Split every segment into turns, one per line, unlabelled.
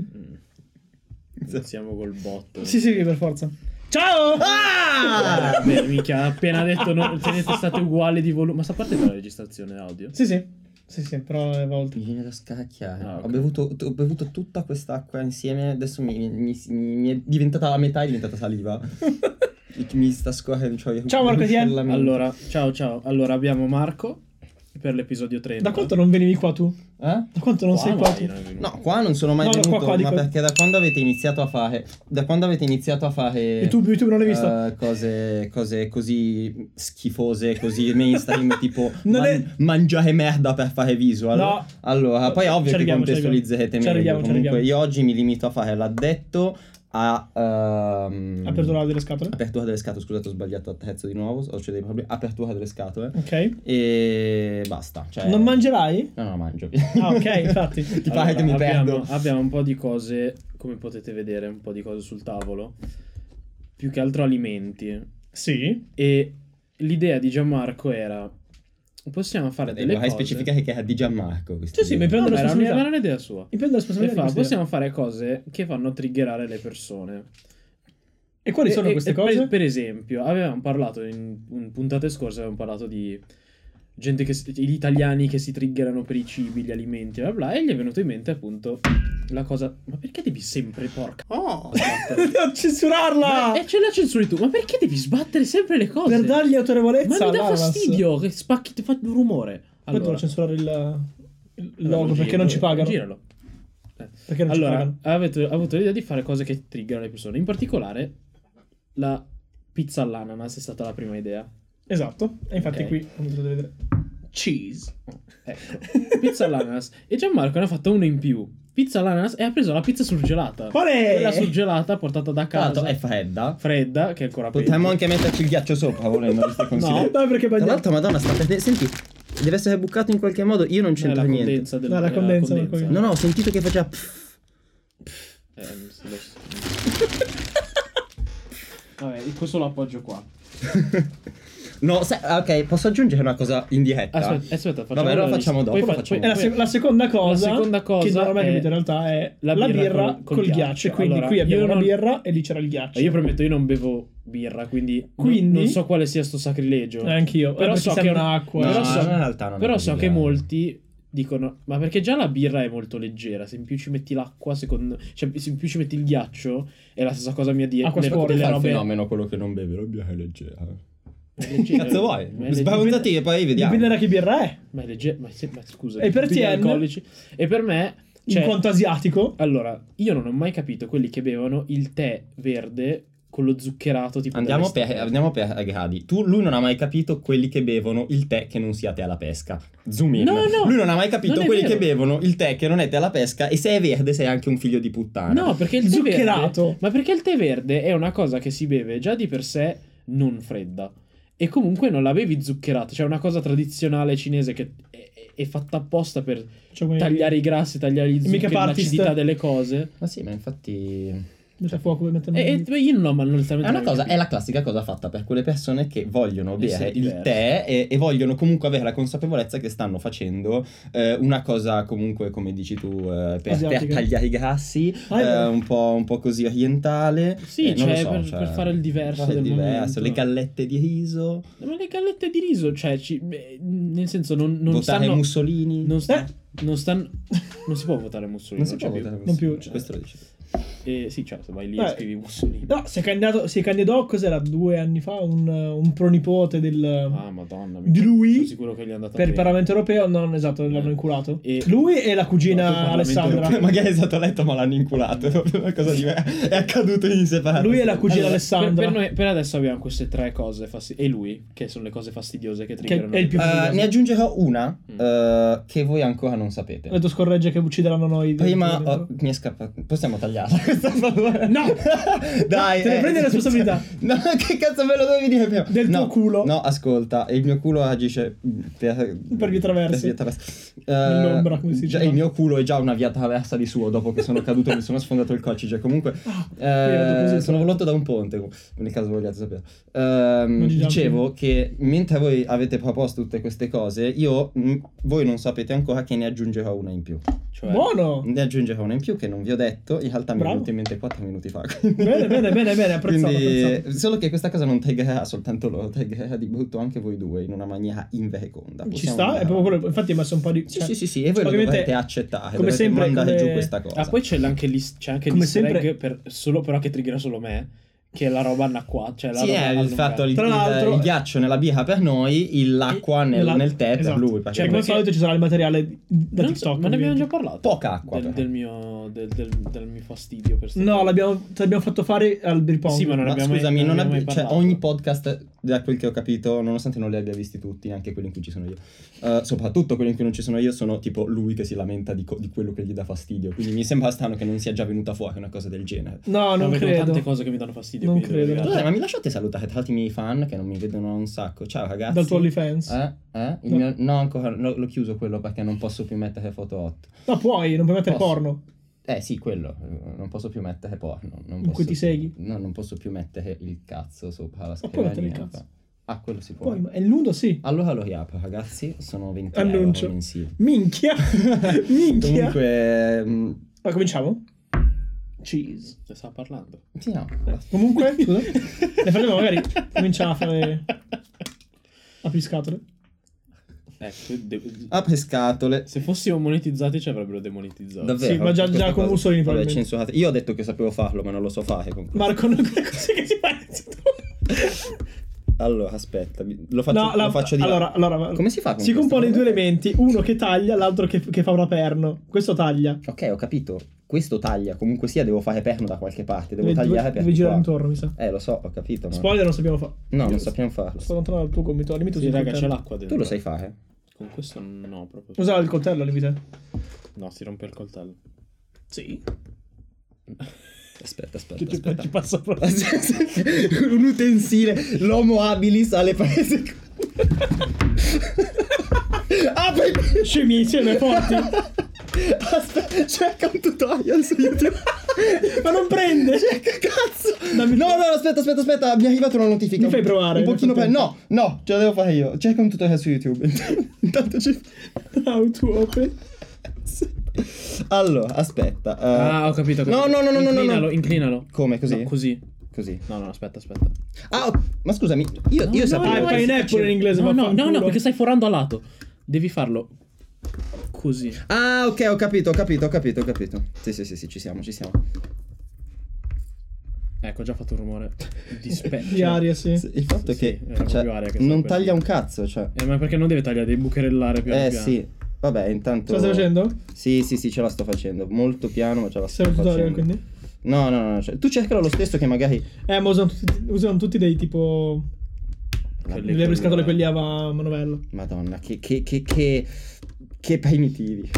Mm. senso.
Siamo col botto.
Esatto. Sì, sì, per forza. Ciao!
Ah, beh, mica, ha appena detto no, tenete state uguali di volume. Ma sta parte della registrazione audio.
Sì, sì. Sì, sì, però è volte.
Mi viene da scacchiare.
Ah, ok.
ho, bevuto, ho bevuto tutta quest'acqua insieme. Adesso mi, mi- mi- mi è diventata a metà, è diventata saliva. mi sta scorrendo. Cioè,
Ciao, Marco Tien.
Etienne.
Allora, ciao ciao. Allora, abbiamo Marco per l'episodio 30.
Da quanto non venivi qua tu?
Eh?
Da quanto non
Qua
sei qua
vai,
tu?
non è venuto.
No, qua non sono mai
No, no,
venuto,
qua-
ma
qua, dico-
perché da quando avete iniziato a fare... Da quando avete iniziato a fare...
YouTube, YouTube non l'hai visto?
eh, cose, cose così schifose, così mainstream, tipo
Non
man-
è-
mangiare merda per fare visual.
No.
Allora, poi è ovvio
Ci
che
arriviamo, ci arriviamo.
contestualizzerete
Ci
meglio.
arriviamo, ci
Comunque,
arriviamo.
io oggi mi limito a fare l'addetto a. ehm,
Apertura delle scatole.
apertura delle scatole. Scusate, ho sbagliato a terzo di nuovo. Ho c'è dei problemi. Apertura delle scatole.
Ok.
E basta. Cioè,
Non mangerai?
No, no, mangio.
Ah, ok, infatti.
Ti
Allora,
pare che mi
abbiamo,
perdo?
Abbiamo un po' di cose, come potete vedere, un po' di cose sul tavolo. Più che altro alimenti.
Sì.
E l'idea di Gianmarco era possiamo fare
E
delle
Vorrei
cose.
specificare che era di Gianmarco. questo
Sì, sì,
video.
mi prendo
No,
la
ma era, un-
responsabilità.
era un'idea sua.
Mi prendo la
E
responsabilità.
fa,
di questa idea.
Esatto, possiamo fare cose che fanno triggerare le persone.
E quali
E-
sono
e-
queste
e per-
cose?
Per, esempio, avevamo parlato in, in puntate scorse, avevamo parlato di gente che si- gli italiani che si triggerano per i cibi, gli alimenti, bla bla, e gli è venuto in mente appunto la cosa, ma perché devi sempre porca?
Oh!
sbattere?"
Devo censurarla!
Ma- E ce la censuri tu, ma perché devi sbattere sempre le cose?
Ah. Per dargli autorevolezza.
ma mi dà
all'Avas.
fastidio che spacchi, ti fa un rumore.
Poi devo
Allora,
censurare il, il
allora,
logo perché
giro-
non ci pagano.
Giralo.
Perché non ci
Allora,
pagano.
avete avuto l'idea di fare cose che triggerano le persone. In particolare, la pizza all'ananas è stata la prima idea.
Esatto. E infatti
Ok.
qui come potete vedere. Cheese.
Ecco, pizza all'ananas. E Gianmarco ne ha fatto uno in più. Pizza all'ananas e ha preso la pizza surgelata.
Qual è?
Quella surgelata portata da
Tra l'altro
casa.
è fredda.
fredda, che è ancora peggio.
Potremmo anche metterci il ghiaccio sopra, Ah, volendo, visto che
No,
consideri-
no, perché
Tra
bagnato.
l'altro, Madonna, sta perdendo. Senti, deve essere bucato in qualche modo. Io non
Eh,
c'entro
la
niente.
condensa del-
No, la
eh,
condensa, la condensa.
No, no, ho sentito che faceva. pff.
Eh, lo so. Vabbè, questo lo appoggio qua.
No, sai- ah, ok, posso aggiungere una cosa in diretta?
Aspetta, aspetta facciamo
Vabbè, allora
la
facciamo dopo,
lista. Poi
lo
fa-
facciamo
E la, se- la seconda cosa,
La seconda cosa
che non ho mai
è
capito in realtà è la birra, col, ghiaccio. Quindi
Allora,
qui abbiamo
io
una
non-
birra e lì c'era il ghiaccio.
Cioè, Io prometto, io non bevo birra, quindi, non-
Quindi?
non so quale sia sto sacrilegio.
Eh, anch'io.
Però
Eh,
so
perché
che-
serve un'acqua.
però
No,
so-
in realtà non è
Però so
così
che
grave.
molti dicono: Ma perché già la birra è molto leggera? Se in più ci metti l'acqua, secondo. Cioè, se in più ci metti il ghiaccio, è la stessa cosa mia di
Acqua
nel-
sporca.
Come
delle
fa il
robe-
fenomeno quello che non beve, la birra è leggera.
è leggera.
Cazzo vuoi?
Ma è leggera.
Sbavonzati e poi vediamo.
Dipende da che birra è.
Ma è leggera. Ma, se- ma scusa.
E per
tutti gli
TN?
alcolici. E per me.
in
Cioè,
quanto asiatico.
allora, io non ho mai capito quelli che bevono il tè verde con lo zuccherato tipo.
Andiamo
dell'estate.
per, andiamo per gradi. Tu, lui non ha mai capito quelli che bevono il tè che non sia tè alla pesca. Zoom in.
No, no,
lui non ha mai capito
non è
quelli
vero.
che bevono il tè che non è tè alla pesca. E se è verde, sei anche un figlio di puttana.
No, perché il tè verde
Zuccherato.
Ma perché il tè verde è una cosa che si beve già di per sé non fredda. E comunque non la bevi zuccherata. Cioè, è una cosa tradizionale cinese che è, è- è fatta apposta per
Cioè, come-
tagliare i grassi, tagliare gli
Mica
zuccheri,
Partist.
l'acidità delle cose.
Ma sì, ma infatti.
Mette a fuoco per metterlo
E,
in-
e- io non ho malnutritamente.
È una cosa, è la classica cosa fatta per quelle persone che vogliono bere
Essere
il
diverse.
tè e, e vogliono comunque avere la consapevolezza che stanno facendo eh, una cosa comunque, come dici tu, eh, per, per
Asiatica.
tagliare i grassi,
Ah, è
eh,
vero.
un, po', un po' così orientale.
Sì,
Eh, non lo
cioè,
so,
per- per fare il diverso
fare il
del
diverso,
momento.
le gallette di riso,
Ma le gallette di riso, cioè, ci- beh, nel senso, non, non
votare
stanno.
Mussolini.
Non, sta-
Eh?
non stanno. Non si può votare Mussolini.
Non si può
c'è
votare
più.
Non
Mussolini,
più, cioè.
Questo lo dici. tu.
Eh, sì, certo, vai lì
Beh,
e scrivi Mussolini.
No, si è candidato, si candidò, cos'era, due anni fa, un, un pronipote del,
Ah, madonna.
di
mica. Sono
lui
sicuro che gli è andata
per il
bene.
Parlamento europeo. Non, esatto, l'hanno
Eh.
inculato.
E-
Lui e la
No, il
cugina
Parlamento
Alessandra.
europeo.
Magari è stato letto ma l'hanno inculato, è proprio una cosa diversa. È accaduto in separato.
Lui e la cugina
Allora, per,
Alessandra.
per noi- per adesso abbiamo queste tre cose fastidi- E lui, che sono le cose fastidiose che triggerano.
che è il più
Eh, ne
fastidioso.
aggiungerò una
Mm.
eh, che voi ancora non sapete.
Ho detto scorregge che uccideranno noi.
Prima
dentro.
oh, mi è scappato. Possiamo tagliarla questa favore?
No!
Dai!
Te ne
eh,
prendi la responsabilità.
No, che cazzo me lo dovevi dire prima?
Del
no,
tuo culo.
No, ascolta, il mio culo agisce per,
Per vie traverse.
per vie traverse. Eh,
Nell'ombra, come si
già,
dice.
Il mio culo è già una via traversa di suo dopo che sono caduto e mi sono sfondato il coccige. Comunque,
vado
eh,
Ah, così.
sono volato da un ponte. Nel caso vogliate sapere. Ehm,
Non ci siamo
dicevo che mentre voi avete proposto tutte queste cose, io mh, voi non sapete ancora che ne aggiungerò una in più.
Cioè,
Buono!
Ne aggiungerò una in più che non vi ho detto. In realtà mi
Bravo.
venuto in mente 4 minuti fa. quindi-
Bene, bene, bene, bene, apprezzato,
Quindi,
apprezzato.
Solo che questa cosa non taggerà soltanto loro, taggerà di brutto anche voi due in una maniera inveconda.
Ci
Possiamo
sta,
andare
è proprio quello.
avanti.
Infatti, ho messo un po' di.
Sì,
cioè,
sì, sì, sì, e voi lo
ovviamente,
dovete accettare,
come
dovete
sempre,
mandare
come-
giù questa cosa.
Ah, poi c'è anche l'is- c'è anche
Come
l'easter egg
sempre-
per solo, però che triggera solo me, che è la roba anna qua. Cioè la
Sì,
roba
è il
allungata.
fatto il,
Tra
il-
l'altro-
il ghiaccio nella birra per noi, il- l'acqua nel,
la-
nel tè
esatto.
per lui. Perché
Cioè, come al
perché-
solito ci sarà il materiale da
Non so,
TikTok.
ma ne abbiamo
ovviamente. eh.
già parlato.
poca acqua.
del,
però.
del mio, del, del- del mio fastidio per ste
No,
cose.
l'abbiamo, te l'abbiamo fatto fare al beer pong.
Sì, ma non
Ma
abbiamo mai-
scusami,
non
non
abbiamo
abbi-
mai
cioè,
parlato.
ogni podcast, da quel che ho capito, nonostante non li abbia visti tutti, anche quelli in cui ci sono io, eh, soprattutto quelli in cui non ci sono io, sono tipo lui che si lamenta di, co- di quello che gli dà fastidio. Quindi mi sembra strano che non sia già venuta fuori una cosa del genere.
No,
No,
non
vedo tante
credo.
cose che mi danno fastidio.
Non
quindi devo
credo.
dire-
Scusate, ma mi lasciate salutare tra l'altro i miei fan che non mi vedono un sacco. Ciao ragazzi.
Dal tuo OnlyFans.
Eh? Eh? Il
No.
mio- no, ancora no, l'ho chiuso quello perché non posso più mettere foto hot.
No, puoi, non puoi mettere
Posso.
porno.
Eh sì, quello. eh, Non posso più mettere porno. Non
In
posso
cui ti
più-
segui?
No, non posso più mettere il cazzo sopra la
puoi
scrivania.
mettere il cazzo.
Ah, quello si può.
Puoi, ma è nudo, sì.
Allora lo riapro, ragazzi. Sono 20
Annuncio.
euro mensili.
Minchia. Minchia.
Comunque... mm,
Ma cominciamo? Cheese.
Ne sta parlando.
Sì, no.
Comunque, scusa. Nel frattempo magari cominciamo a fare... Apri scatole.
Ecco, de-
Apre Ah, scatole.
se fossimo monetizzati ci avrebbero demonetizzato.
Davvero?
Sì, ma già-
Questa
già con
cosa-
Mussolini,
Vabbè,
probabilmente.
censurate. Io ho detto che sapevo farlo, ma non lo so fare. con-
Marco, non quelle cose che si fanno.
Allora, aspetta. mi- Lo faccio,
no, la-
lo faccio di là.
allora, allora,
Come si fa con
si
questa
compone di due
roba?
elementi, uno che taglia, l'altro che, che fa una perno. Questo taglia.
Ok, ho capito. Questo taglia. Comunque sia, devo fare perno da qualche parte. Devo
Deve-
tagliare
deve,
per
deve girare
qua.
intorno, mi sa.
Eh, lo so, ho capito. Ma...
Spoiler non sappiamo fare.
No, non sappiamo farlo.
Sto lontano dal tuo gomito, al limite
Sì,
usi il
raga, c'è
coltello.
l'acqua dentro.
Tu lo sai fare?
Con questo no, proprio.
Usa il coltello al limite.
No, si rompe il coltello.
Sì.
Aspetta, aspetta,
Che ti,
aspetta.
ci passa proprio.
un utensile, l'homo habilis alle paese. ah, poi...
Scemi insieme forti.
Aspetta, cerca un tutorial su YouTube.
Ma non prende.
Cerca, cazzo.
Dammi-
No, no, aspetta, aspetta, aspetta, mi è arrivata una notifica.
Mi fai provare,
Un
nel
pochino per...
frattempo.
No, no, ce la devo fare io. Cerca un tutorial su YouTube. Intanto ci...
How to open.
Allora, aspetta. eh,
Ah, ho capito. ho
No,
capito.
no, no, no, no, no, no.
Inclinalo, inclinalo.
Come, così?
No, così.
Così.
No, no, aspetta, aspetta.
Ah, ho- ma scusami, io,
No,
io
no,
sapevo...
Ah, è
no,
che-
pineapple in inglese,
No, no, no,
vaffanculo.
no, perché stai forando a lato. Devi farlo così.
Ah, ok, ho capito, ho capito, ho capito, ho capito. Sì, sì, sì, sì, ci siamo, ci siamo.
Ecco, ho già fatto un rumore di specchio.
Di aria, sì.
Sì, Il fatto
Sì,
è
sì,
che,
era
cioè,
proprio aria che
non
stava
taglia
perdendo.
un cazzo, cioè.
Eh, ma perché non deve tagliare? Devi bucherellare piano
eh
piano.
sì. Vabbè, intanto
Ce la stai facendo?
Sì, sì, sì, ce la sto facendo. Molto piano, ma ce la sto
Serve il tutorial
facendo.
quindi?
No, no, no, no, cioè, tu cercalo lo stesso che magari
Eh, ma usano tutti, usano tutti dei tipo.
Quelli-
Le scatole
quelli-
quelli a va- manovello.
Madonna, che che che che che primitivi.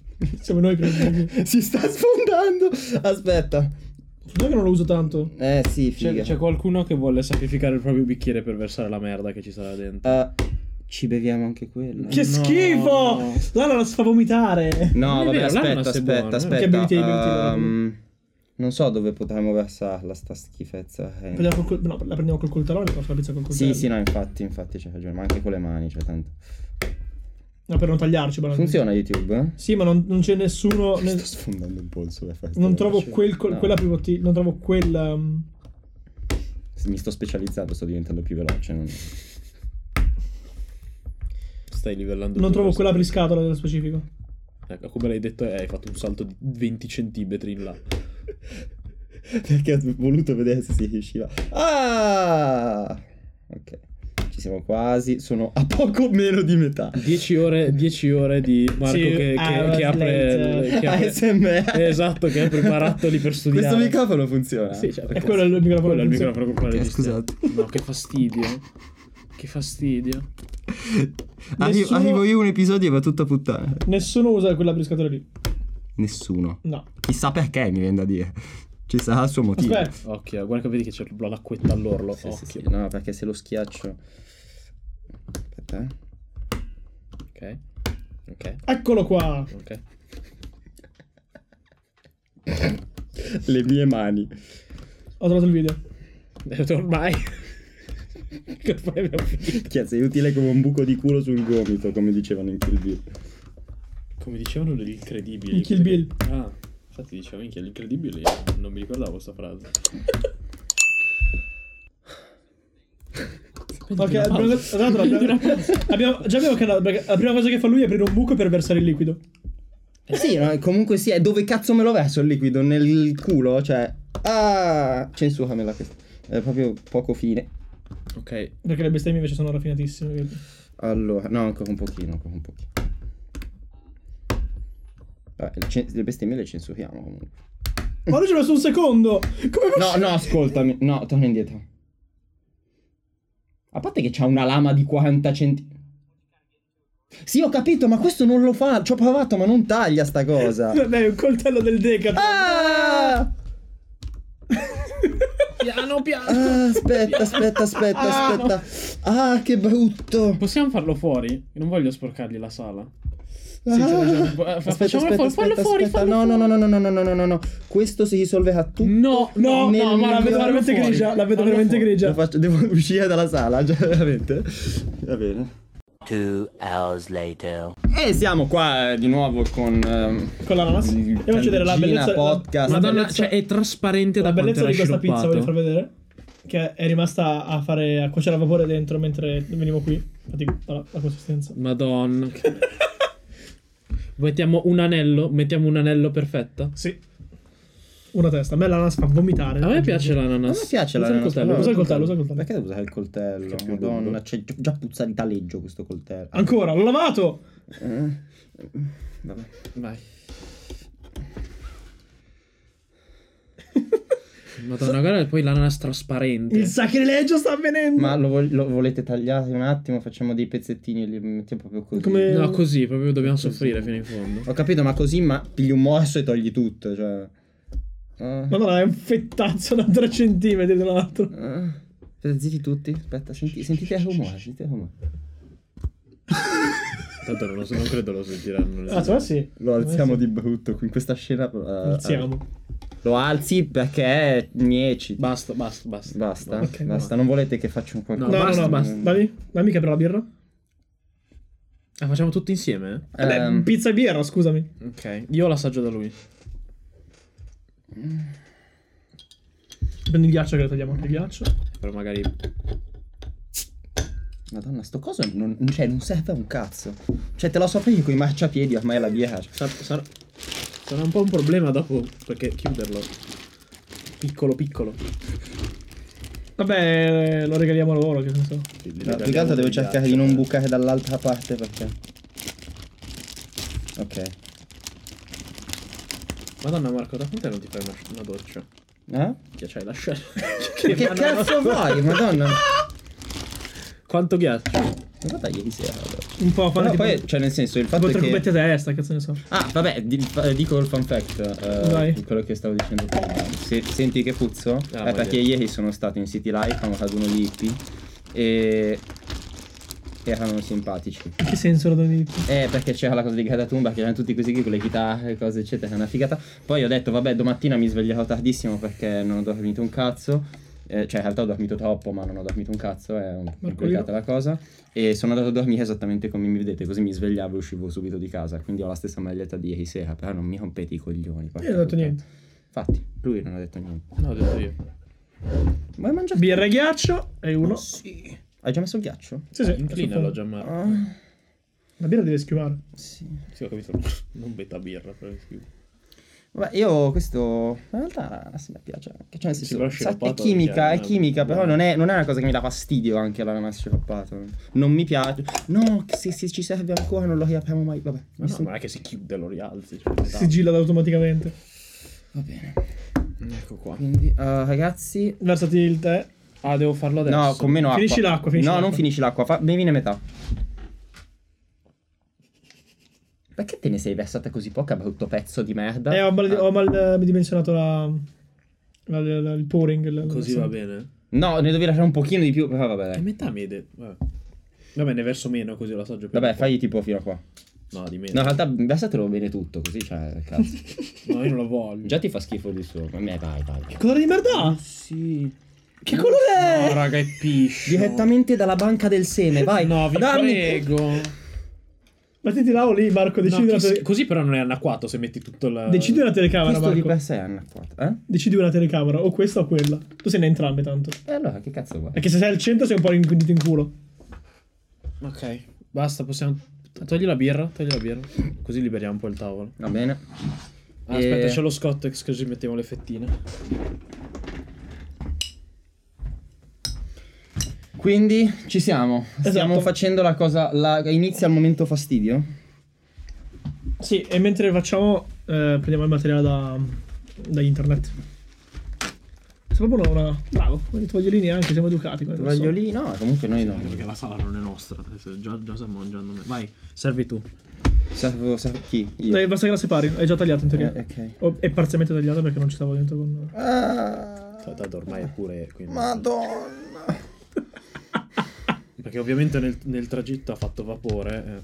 Siamo noi presi.
si sta sfondando. Aspetta.
Fortuna che non lo uso tanto.
Eh sì,
C'è,
figa.
c'è qualcuno che vuole sacrificare il proprio bicchiere per versare la merda che ci sarà dentro.
Ah, ci beviamo anche quello.
Che
No.
schifo! L'ananas fa vomitare.
No,
Non è
vabbè,
vero, l'ananas
aspetta,
è
aspetta,
buono,
aspetta.
eh. Che beviti- beviti,
ehm, non so dove potremmo versarla sta schifezza. eh.
Prendiamo col, no, la prendiamo col coltello, la faccio la pizza col coltello.
Sì, sì, no, infatti, infatti c'è ragione, ma anche con le mani, cioè tanto.
No, per non tagliarci, banalmente.
Funziona YouTube? eh?
Sì, ma non, non c'è nessuno. ne-
Sto sfondando un po' il suo effetto.
non trovo
Cioè,
quel, col-
no.
quella pivoti. Non trovo quel. um,
Mi sto specializzando, sto diventando più veloce. non-
Stai livellando.
non
tu
trovo
questo.
quella apriscatola nello specifico.
Ecco, come l'hai detto, eh, hai fatto un salto di 20 centimetri in là.
Perché ho voluto vedere se si riusciva. Ah! Ok. Ci siamo quasi, sono a poco meno di metà.
10 ore, 10 ore di Marco
Sì, ah,
che, che-
hours
che apre.
later.
Che apre
ASMR.
esatto, che apre i barattoli per studiare.
Questo microfono funziona.
Sì, cioè,
E quello è il microfono.
quello è il
funziona.
microfono con
Ok,
il
scusate.
No, che fastidio. Che fastidio. cioè,
Arri-
Nessuno-
Arrivo io un episodio e va tutto a puttane.
Nessuno usa quella apriscatola lì.
Nessuno.
No.
Chissà perché mi viene da dire. Ci sarà il suo motivo.
Aspetta.
Occhio, guarda che vedi che c'è la lacquetta all'orlo.
Sì, sì,
Occhio.
sì. No, perché se lo schiaccio. Aspetta. eh.
Ok. Ok.
Eccolo qua.
Ok.
Le mie mani.
Ho trovato il video.
Eh, Ormai. Ormai abbiamo finito.
Che sei utile come un buco di culo sul gomito, come dicevano in Kill Bill.
Come dicevano gli incredibili.
In Kill Bill.
Ah. Infatti dicevo, minchia, l'incredibile, non mi ricordavo sta frase.
Ok, abbiamo, tra l'altro abbiamo- abbiamo- già abbiamo canale, perché la prima cosa che fa lui è aprire un buco per versare il liquido.
Eh sì, no, comunque sì, è dove cazzo me lo verso il liquido? Nel culo? Cioè... Ah! Censuramela questa. È proprio poco fine.
Ok,
Perché le bestemmie invece sono raffinatissime. quindi.
Allora, no, ancora un pochino, ancora un pochino. Vabbè, le, cen- le bestemmie le censuriamo comunque.
Ma lui ci ha messo un secondo! Come fa?
No, no, ascoltami. No, torna indietro. A parte che c'ha una lama di 40 centi... Sì, ho capito, ma questo non lo fa. Ci ho provato, ma non taglia sta cosa.
Vabbè, un coltello del Decathlon.
Ah!
Piano piano.
Ah, aspetta, aspetta, aspetta,
Ah, no.
aspetta. Ah, che brutto.
Possiamo farlo fuori? Non voglio sporcargli la sala.
Ah.
Sì, c'è ragione. Fa-
Aspetta,
facciamolo
aspetta,
fuori, fallo
aspetta,
fuori,
aspetta.
fallo
No, no,
fuori.
no, no, no, no, no, no, no, no, no. Questo si risolverà tutto.
No, no,
Nel-
no, ma
la vedo
veramente grigia, la vedo veramente grigia.
Lo faccio- devo uscire dalla sala, cioè, veramente. Va bene.
Two hours later.
E siamo qua eh, di nuovo con ehm,
Con l'ananas. Andiamo a vedere la
Candeggina
bellezza.
podcast.
la-
Madonna,
bellezza-
cioè è trasparente
la
da quanto
bellezza
era
di questa pizza, voglio far
sciroppato.
vedere. Che è rimasta a fare a cuocere a vapore dentro mentre venivo qui. Infatti, la, la consistenza.
Madonna. mettiamo un anello, mettiamo un anello perfetto.
Sì. Una testa. A me l'ananas fa vomitare.
A me piace
A me
l'ananas.
piace
Usa
la
il coltello,
usa il coltello, usa il coltello.
Perché devo usare il coltello?
Perché è più lungo.
Madonna, c'è gi- già puzza di taleggio questo coltello.
Ancora, l'ho lavato!
Eh, Vabbè.
Vai. Madonna, guarda poi l'ananas trasparente.
Il sacrilegio sta avvenendo!
Ma lo, vol- lo volete tagliare un attimo? Facciamo dei pezzettini e li mettiamo proprio così.
Come-
No, Ehm, così, proprio dobbiamo soffrire fino in fondo.
Ho capito, ma così, ma pigli un morso e togli tutto, cioè... Ah.
Madonna, è un fettazzo da 3 centimetri tra l'altro.
Ah. Aspetta, zitti tutti. Aspetta, senti- sentite il rumore, sentite il rumore.
Tanto non, lo so, non credo lo sentiranno.
Ah, secondo me sì.
cioè, Lo alziamo
Eh, sì.
di brutto qui in questa scena. eh,
Alziamo.
Lo alzi perché mieci.
Basta, basta, basta.
Basta,
Ok,
basta. Non volete che faccia un qualcosa.
No,
No,
basta,
no, no,
basta.
Dammi, dammi che apro la birra.
Ah, facciamo tutti insieme?
Ehm,
Vabbè, pizza e birra, scusami.
eh? Ok. Io l'assaggio da lui.
Prendo il ghiaccio che lo tagliamo anche il ghiaccio.
Però magari...
Madonna, sto coso non, cioè, non serve a un cazzo. Cioè, te lo so con i marciapiedi ormai è la cioè. birra.
Sar- sar- sarà un po' un problema dopo, perché chiuderlo. Piccolo, piccolo.
Vabbè, eh, lo regaliamo a loro, che ne so.
No, più che altro devo cercare di
eh.
non bucare dall'altra parte perché. Ok.
Madonna Marco, da quant'è non ti fai una, una doccia?
Eh?
Che c'hai la scena?
Che, cazzo vuoi, madonna? Ma
Quanto ghiaccio?
guarda ieri sera. vabbè.
Un
Però
po' fanno tipo
poi, cioè, nel senso, il fatto
due
è
tre
che.
cubetti a testa, cazzo ne so.
Ah, vabbè, di- fa- dico il fun fact. eh,
Vai.
di quello che stavo dicendo prima. Se- senti che puzzo?
Ah,
eh,
vai
perché ieri sono stato in City Life a un raduno di hippie e. erano simpatici.
In che senso lo donito?
Eh, perché c'era la cosa di Gadatumba, che erano tutti così qui con le chitarre, cose eccetera, è una figata. Poi ho detto, vabbè, domattina mi sveglierò tardissimo perché non ho dormito un cazzo. Eh, cioè, in realtà ho dormito troppo, ma non ho dormito un cazzo, è un- complicata la cosa. E sono andato a dormire esattamente come mi vedete, così mi svegliavo e uscivo subito di casa. Quindi ho la stessa maglietta di ieri sera, però non mi rompete i coglioni. porca
Io non ho detto
puttana.
niente.
Infatti, lui non ha detto niente.
No, ho detto io.
Ma hai mangiato?
Birra e ghiaccio e uno.
Sì. Hai già messo il ghiaccio?
Sì, sì.
Inclinalo
sul
già Marco.
Ah,
fondo. La birra deve schiumare.
sì.
Sì, ho capito. Non beta birra, però è schifo.
Vabbè, io questo in realtà sì, mi piace anche, cioè nel
Sì,
senso,
però
sa- è
sciroppato
chimica,
perché
è
è una-
chimica, però non è, non è una cosa che mi dà fastidio anche l'ananas sciroppato. Non mi piace. No, se, se ci serve ancora non lo riapriamo mai. Vabbè,
Ma no,
mi son-
non è che si chiude, lo rialzi. cioè,
Si gilla automaticamente.
va bene.
Ecco qua.
Quindi, eh, ragazzi,
Versati il tè.
Ah, devo farlo adesso.
no, con meno acqua.
Finisci l'acqua, finisci
No,
l'acqua.
non finisci l'acqua, fa... bevine metà. Perché te ne sei versata così poca, brutto pezzo di merda?
Eh, ho mal,
Ah.
ho mal- eh, dimensionato la, la- la- la- il pouring. la-
Così
la-
va bene.
No, ne devi lasciare un pochino di più, però vabbè.
È
Eh,
dai.
metà mi hai detto. Vabbè. Vabbè, ne verso meno così lo assaggio più.
Vabbè, fai tipo fino a qua.
No, di
No,
meno.
in realtà versatelo bene tutto, così cioè, cazzo.
No, io non lo voglio.
Già ti fa schifo di suo. Ma me vai, vai. vai.
Che colore di merda
Mm.
ha?
Sì.
Che colore
No,
è?
raga, è piscio.
Direttamente dalla banca del sene, vai.
No, vi
dammi.
prego.
Mettiti là o lì, Marco, decidi,
No,
una,
chi-
tele-
Così però non è anacquato se metti tutto il...
decidi una telecamera,
Questo di
Marco.
per sé è anacquato, eh?
Decidi una telecamera, o questa o quella. Tu sei ne entrambe tanto.
E allora, che cazzo vuoi?
Perché se sei al centro sei un po' rinquindito in culo.
Ok, basta, possiamo... Togli la birra, togli la birra. Così liberiamo un po' il tavolo.
Va bene. E-
Ah, Aspetta, c'è lo Scottex così mettiamo le fettine.
Quindi ci siamo. Stiamo
Esatto.
facendo la cosa. La... Inizia il momento fastidio.
Sì, e mentre facciamo, eh, prendiamo il materiale da, da internet. Sei proprio una, una- Bravo, con i tovagliolini anche, siamo educati. come persone.
Tovagliolini? No, comunque noi no.
Perché la sala non è nostra, adesso già, già stiamo mangiando. me- Vai, servi tu.
Servo, servo chi? Io.
Dai, basta che la separi, è già tagliato in teoria.
Eh, ok.
O- è parzialmente tagliata perché non ci stavo dentro con...
Ah,
Tanto ormai è pure qui.
Madonna.
Perché ovviamente nel, nel tragitto ha fatto vapore.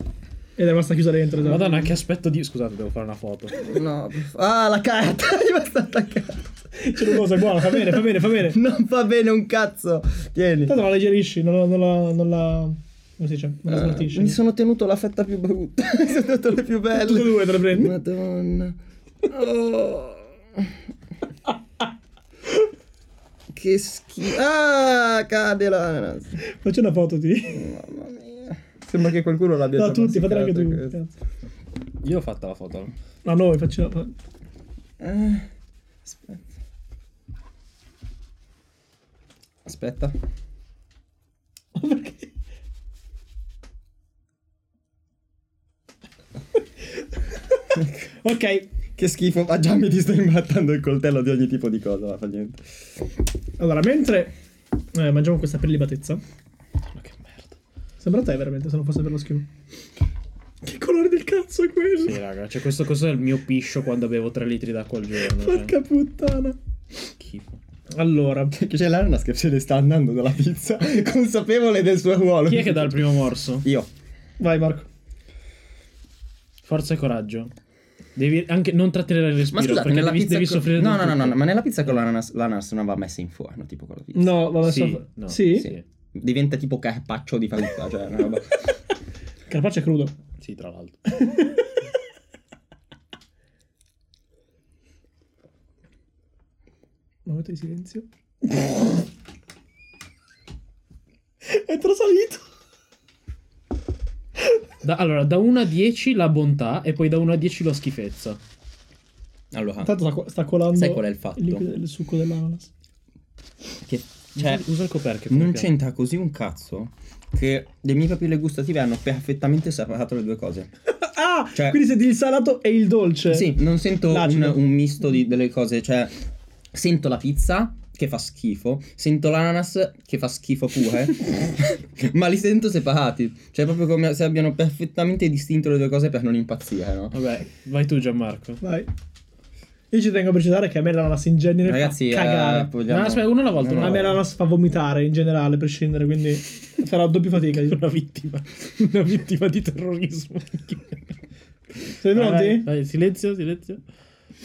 Ed è rimasta chiusa dentro.
eh.
esatto.
Madonna, che aspetto di... Scusate, devo fare una foto.
No. Ah, la carta. È bastata la carta.
Cellulosa, buona, fa bene, fa bene, fa bene.
Non va bene un cazzo. Tieni.
Tanto la alleggerisci, non la... Non la, non la come si dice? Non la
Ah,
smaltisci.
mi sono tenuto la fetta più brutta. mi sono tenuto le più belle.
Tutte e due te le prendi.
Madonna. Oh. che schifo. Ah, cade la ananas.
Faccio una foto di...
Mamma mia. Sembra che qualcuno l'abbia
No,
già
tutti, fatela anche tu.
massacrata questa.
cazzo.
Io ho fatto la foto.
No, noi facciamo... Guarda
Eh, Aspetta. Aspetta.
Ok.
Che schifo. Ah, già mi ti sto imbrattando il coltello di ogni tipo di cosa, ma fa niente.
Allora, mentre eh, mangiamo questa prelibatezza,
Ma che merda.
sembra te veramente, se non fosse per lo schifo. Che colore del cazzo è quello?
Sì, raga, cioè questo, questo è il mio piscio quando bevo 3 litri d'acqua al giorno. Cioè,
eh.
Porca puttana.
schifo.
Allora,
Che c'è l'ananas che se ne sta andando dalla pizza, consapevole del suo ruolo.
Chi è che dà il primo morso?
Io.
vai Marco.
Forza e coraggio. Devi anche non trattenere il respiro
Ma scusate,
perché
nella
devi,
pizza
devi
con-
soffrire
no,
del
no, no, no,
tutto.
ma nella pizza con l'ananas, l'ananas non va messa in forno, tipo con la pizza.
No, vabbè,
Sì,
sto-
no,
sì?
sì.
Diventa tipo carpaccio di farina, cioè una roba.
Carpaccio è crudo.
Sì, tra l'altro.
Momento di silenzio. è trasalito.
Da- allora, da 1 a 10 la bontà e poi da 1 a 10 la schifezza.
Allora,
Intanto sta, co- sta colando
Sai qual è il fatto?
liquido del succo dell'ananas.
che, cioè,
usa, usa il coperchio.
non
perché-
c'entra così un cazzo che le mie papille gustative hanno perfettamente separato le due cose.
Ah,
Cioè-
quindi senti il salato e il dolce.
Sì, non sento un,
L'acido.
un misto di, delle cose, cioè sento la pizza che fa schifo, sento l'ananas che fa schifo pure, ma li sento separati, cioè proprio come se abbiano perfettamente distinto le due cose per non impazzire, no?
Vabbè, vai tu Gianmarco.
Vai. Io ci tengo a precisare che a me l'ananas in genere
Ragazzi,
fa cagare.
eh, vogliamo-
No, aspetta, uno alla volta,
No,
uno
no.
A
alla
me la nas fa vomitare in generale, a prescindere, quindi farò doppia fatica. io.
Una vittima. Una vittima di terrorismo.
Siete
Vai,
pronti?
vai, silenzio, silenzio. Ma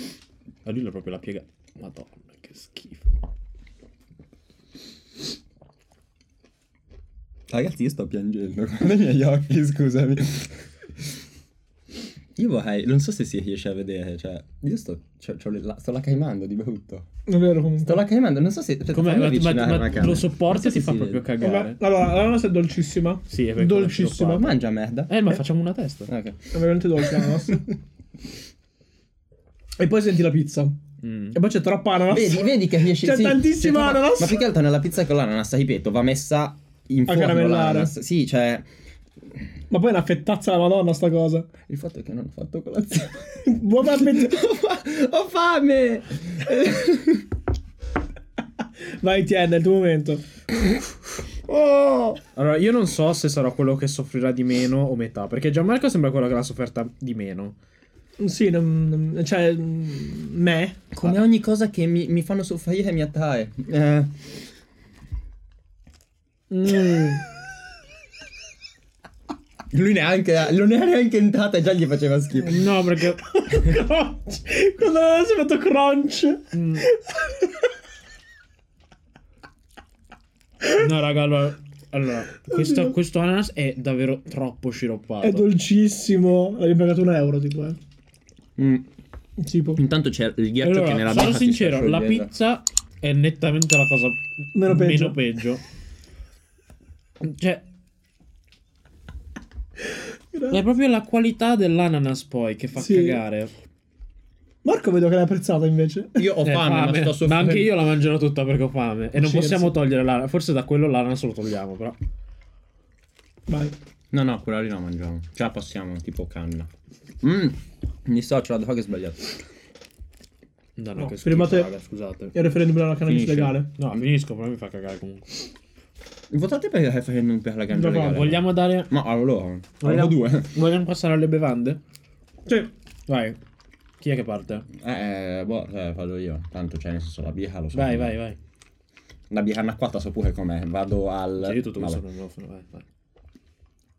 Ah, lui l'ha proprio la piega. Madonna, che schifo.
Ragazzi, io sto piangendo con i miei occhi, scusami. Io vorrei, non so se si riesce a vedere, cioè, io sto, cioè, c'ho le- la, sto lacrimando di brutto.
Non è vero
Sto
comunque.
lacrimando, non so se... cioè, aspetta,
Com'è?
fammi
Ma, ma-
avvicinare
ma
la camera.
lo
Non
sopporti
so
o ti
se
fa
si
proprio
vede.
cagare?
Allora, l'ananas è dolcissima.
Sì, è perché
dolcissima.
lo
Ma
Mangia merda.
Eh, ma facciamo una testa.
Ok.
è veramente dolce l'ananas. e poi senti la pizza.
Mm.
E poi c'è troppa ananas.
Vedi, vedi che riesci
C'è tantissimo
tanta-
ananas.
Ma più che altro nella pizza con l'ananas, ripeto, va messa in forno
caramellare.
l'ananas. Sì, cioè,
Ma poi è una fettazza alla madonna sta cosa.
il fatto è che non ho fatto colazione.
Buon appetito.
ho, fa- ho fame!
Vai, tieni, è il tuo momento.
oh!
Allora, io non so se sarò quello che soffrirà di meno o metà, perché Gianmarco sembra quello che l'ha sofferta di meno.
Sì, non- non- cioè... mm, Me.
Come ogni cosa che mi, mi fanno soffrire mi attrae. Eh,
Mm.
lui neanche, non era neanche entrata e già gli faceva schifo.
No, perché...
crunch. Quando l'ananas è fatto crunch.
No, raga, allora... Allora, questo, questo ananas è davvero troppo sciroppato.
È dolcissimo. L'abbiamo pagato un euro, tipo, eh.
Mm.
Tipo,
Intanto c'è il ghiaccio che
Allora,
nella
sono
base si sta
sincero, la
sciogliendo.
pizza è nettamente la cosa
Meno
meno
peggio.
peggio. Cioè, è proprio la qualità dell'ananas poi che fa
Sì.
cagare.
Marco vedo che l'ha apprezzata invece.
Io ho
Eh,
fame, ma
fame.
sto soffrendo.
anche io la mangerò tutta perché ho fame. E non
Cheers.
possiamo togliere l'ananas. Forse da quello l'ananas lo togliamo, però.
Vai.
No, no, quella lì la mangiamo. Ce la passiamo, tipo canna. Mm. Mi sto, ce la fa che è sbagliato.
No, no,
No,
che schifo,
fermate-
raga, scusate.
Il referendum della cannabis
Finisce.
legale.
No, finisco, però mi fa cagare comunque.
Votate per il referendum per la canna
No, no,
legale.
Vogliamo dare...
Ma allora,
Vogliamo-
vogliamo due.
Vogliamo passare alle bevande?
Sì.
Vai. Chi è che parte?
Eh, boh, eh, vado io. Tanto, cioè, nel senso, la birra lo so.
Vai, vai, vai.
La birra anacquata so pure com'è. Vado al...
Sì, io tutto questo
Vabbè.
non me lo fanno, vai, vai.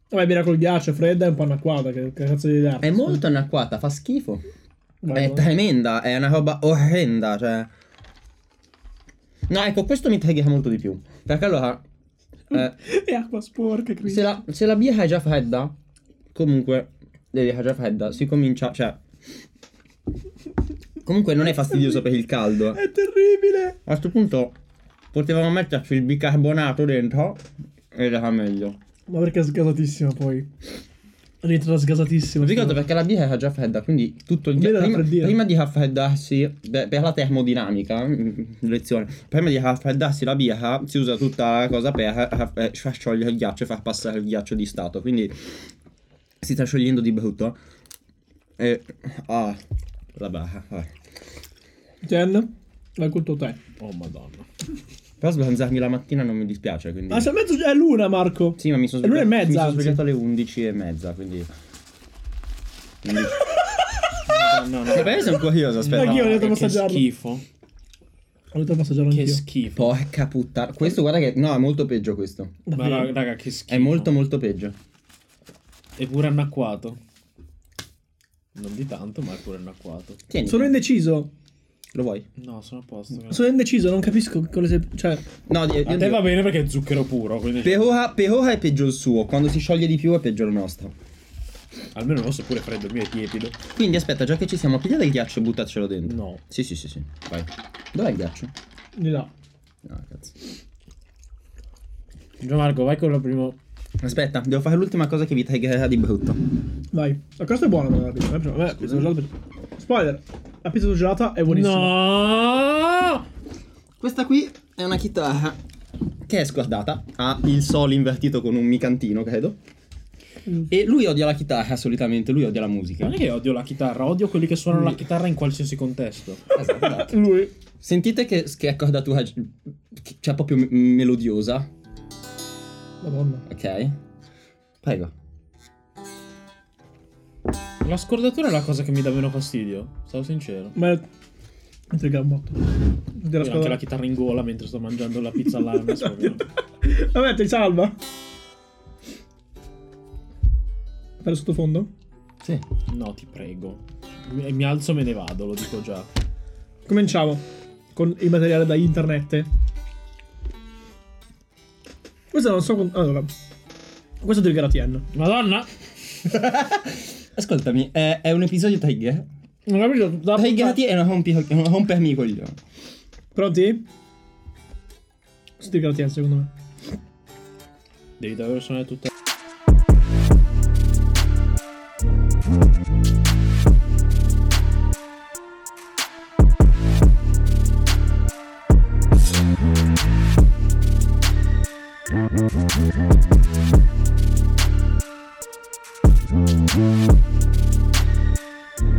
Vabbè, birra col ghiaccio, fredda e un po' anacquata. Che, che cazzo di idea.
È molto anacquata, fa schifo.
Vai,
È
vai.
tremenda, è una roba orrenda, cioè... No, ecco, questo mi triggerà molto di più. Perché allora...
Mm.
eh,
È acqua sporca, Chris.
se, la, se la birra è già fredda, comunque, la birra è già fredda, si comincia, cioè... Comunque non è fastidioso per il caldo. A
È terribile.
questo punto potevamo metterci il bicarbonato dentro ed era meglio.
Ma perché è sgasatissima poi? Rientra sgasatissima.
Non ricordo perché la birra era già fredda, quindi tutto il
Bella da
prima,
freddire.
prima di raffreddarsi beh, per la termodinamica, mm, lezione. Prima di raffreddarsi la birra si usa tutta la cosa per raff- eh, far sciogliere il ghiaccio e far passare il ghiaccio di stato, quindi si sta sciogliendo di brutto. E ah, la barra. vabbè.
Jen, vai col tuo tè.
Oh madonna.
Però sbranzarmi la mattina non mi dispiace, quindi
Ah, se a mezzo è l'una, Marco.
Sì, ma mi sono
È l'una e
svegliato, mi
mezza,
sono
anzi.
svegliato alle 11 e mezza, quindi Quindi- No, no, no. Vabbè, sono curioso, aspetta.
Anch'io
Raga,
voglio
che
massaggiarlo.
schifo.
Ho dovuto passaggiarlo
Che
anch'io.
schifo.
Porca puttana. Questo guarda che... No, è molto peggio questo.
Ma ra- raga, che schifo.
È molto molto peggio.
È pure anacquato. Non di tanto, ma è pure anacquato.
Tieni.
Sono indeciso.
Lo vuoi?
No, sono a posto. grazie.
Sono indeciso, non capisco quale se... Cioè,
No, di-
A
io-
Ah, te
io-
va bene perché è zucchero puro, quindi
per, ora, per ora è peggio il suo. Quando si scioglie di più è peggio il nostro.
almeno il nostro pure è freddo, il mio è tiepido.
Quindi aspetta, già che ci siamo, pigliate il ghiaccio e buttatelo dentro.
No.
Sì, sì, sì, sì. Vai. Dov'è il ghiaccio?
di là.
No, cazzo.
Gianmarco, vai con la primo.
Aspetta, devo fare l'ultima cosa che vi triggererà di brutto.
Vai. La cosa è buona, però, la pizza. eh, però, vabbè, pizza surgelata- Spoiler. La pizza surgelata è buonissima.
No!
Questa qui è una chitarra che è scordata, ha il sol invertito con un micantino, credo. E lui odia la chitarra solitamente, lui odia la musica.
Non è che odio la chitarra, odio quelli che suonano la chitarra in qualsiasi contesto.
Esatto, esatto.
Lui.
Sentite che, che accordatura c- che c'è proprio m- melodiosa,
Madonna.
ok? Prego.
La scordatura è la cosa che mi dà meno fastidio, sono sincero.
Ma... Mentre il gambotto. Ti
Io ho anche la chitarra in gola mentre sto mangiando la pizza all'ananas. proprio.
Vabbè, ti salva. Per sottofondo?
Sì.
No, ti prego. Mi, mi alzo e me ne vado, lo dico già.
Cominciamo con il materiale da internet. Questo non so. con- Allora, questo triggerà TN.
Madonna!
Ascoltami, è, è un episodio trigger.
Non ho capito tutta la
Triggerati è una, rompi, è una rompermi i coglioni.
Pronti? Questo triggerà TN secondo me.
Devi davvero suonare tutta.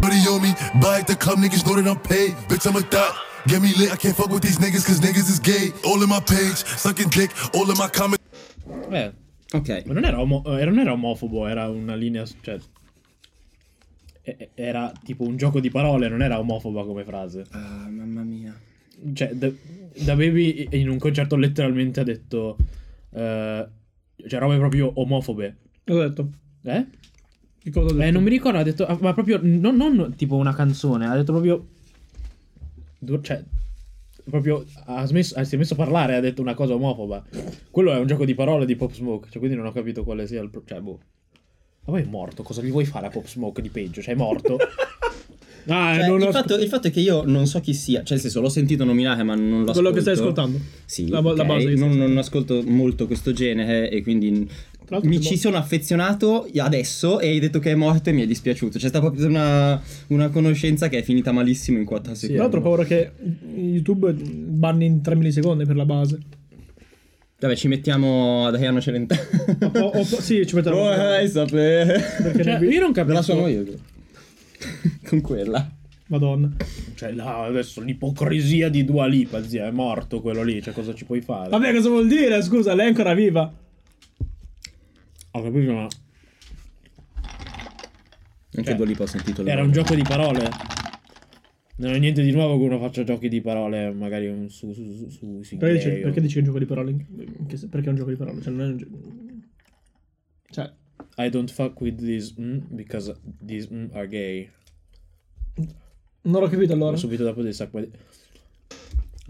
Money on me, buy at the club, niggas know that I'm paid. Bitch, I'm a thot. Get me lit, I can't fuck with these niggas, cause niggas is gay. All in my page, sucking dick, all in my comments.
Eh,
Ok.
ma non era, omo- eh, non era omofobo, era una linea. cioè. e- e- Era tipo un gioco di parole, non era omofoba come frase.
Ah, mamma mia.
Cioè, da, da Baby in un concerto letteralmente ha detto. eh, cioè, robe proprio omofobe.
Cosa ho detto?
Eh?
Che cosa ho detto?
Eh, non mi ricordo, ha detto, ma proprio, non, non tipo una canzone, ha detto proprio, du- cioè, Proprio ha smesso, eh, si è messo a parlare, ha detto una cosa omofoba. Quello è un gioco di parole di Pop Smoke. Cioè, quindi non ho capito quale sia il. pro- Cioè, boh. Ma poi è morto. Cosa gli vuoi fare a Pop Smoke di peggio? Cioè, è morto.
Ah,
Cioè,
non ho
il, fatto, il fatto è che io non so chi sia, cioè nel senso l'ho sentito nominare ma non l'ho
quello che stai ascoltando.
Sì,
La bo- la
ok,
base che
non,
stai
non ascolto molto questo genere e quindi
l'altro
mi
ti
ci
mo-
sono affezionato adesso e hai detto che è morto e mi è dispiaciuto. C'è stata proprio una, una conoscenza che è finita malissimo in 4
Tra
secondi.
l'altro ho paura che YouTube banni in 3 millisecondi per la base.
Vabbè, ci mettiamo Adriano Celentano.
Ho- ho- ho- sì, ci metterò.
Vorrei sapere.
Perché
Cioè,
nel video-
io non
Me la
capisco.
suono io. Con quella.
Madonna.
Cioè, là, adesso l'ipocrisia di Dua Lipa, zia, è morto quello lì, cioè cosa ci puoi fare?
Vabbè, cosa vuol dire? Scusa, lei è ancora viva.
Ho capito, ma
Anche
Cioè,
Dua Lipa ho sentito. le
era un
parole.
gioco di parole. Non è niente di nuovo che uno faccia giochi di parole, magari un su su su, su sui
Perché dici,
gay o-
perché dici che è un gioco di parole? In che se- Perché è un gioco di parole? Cioè, non è un gioco. Cioè,
I don't fuck with these mm, because these mm are gay.
non l'ho capito allora.
Ma subito dopo dei sacco di-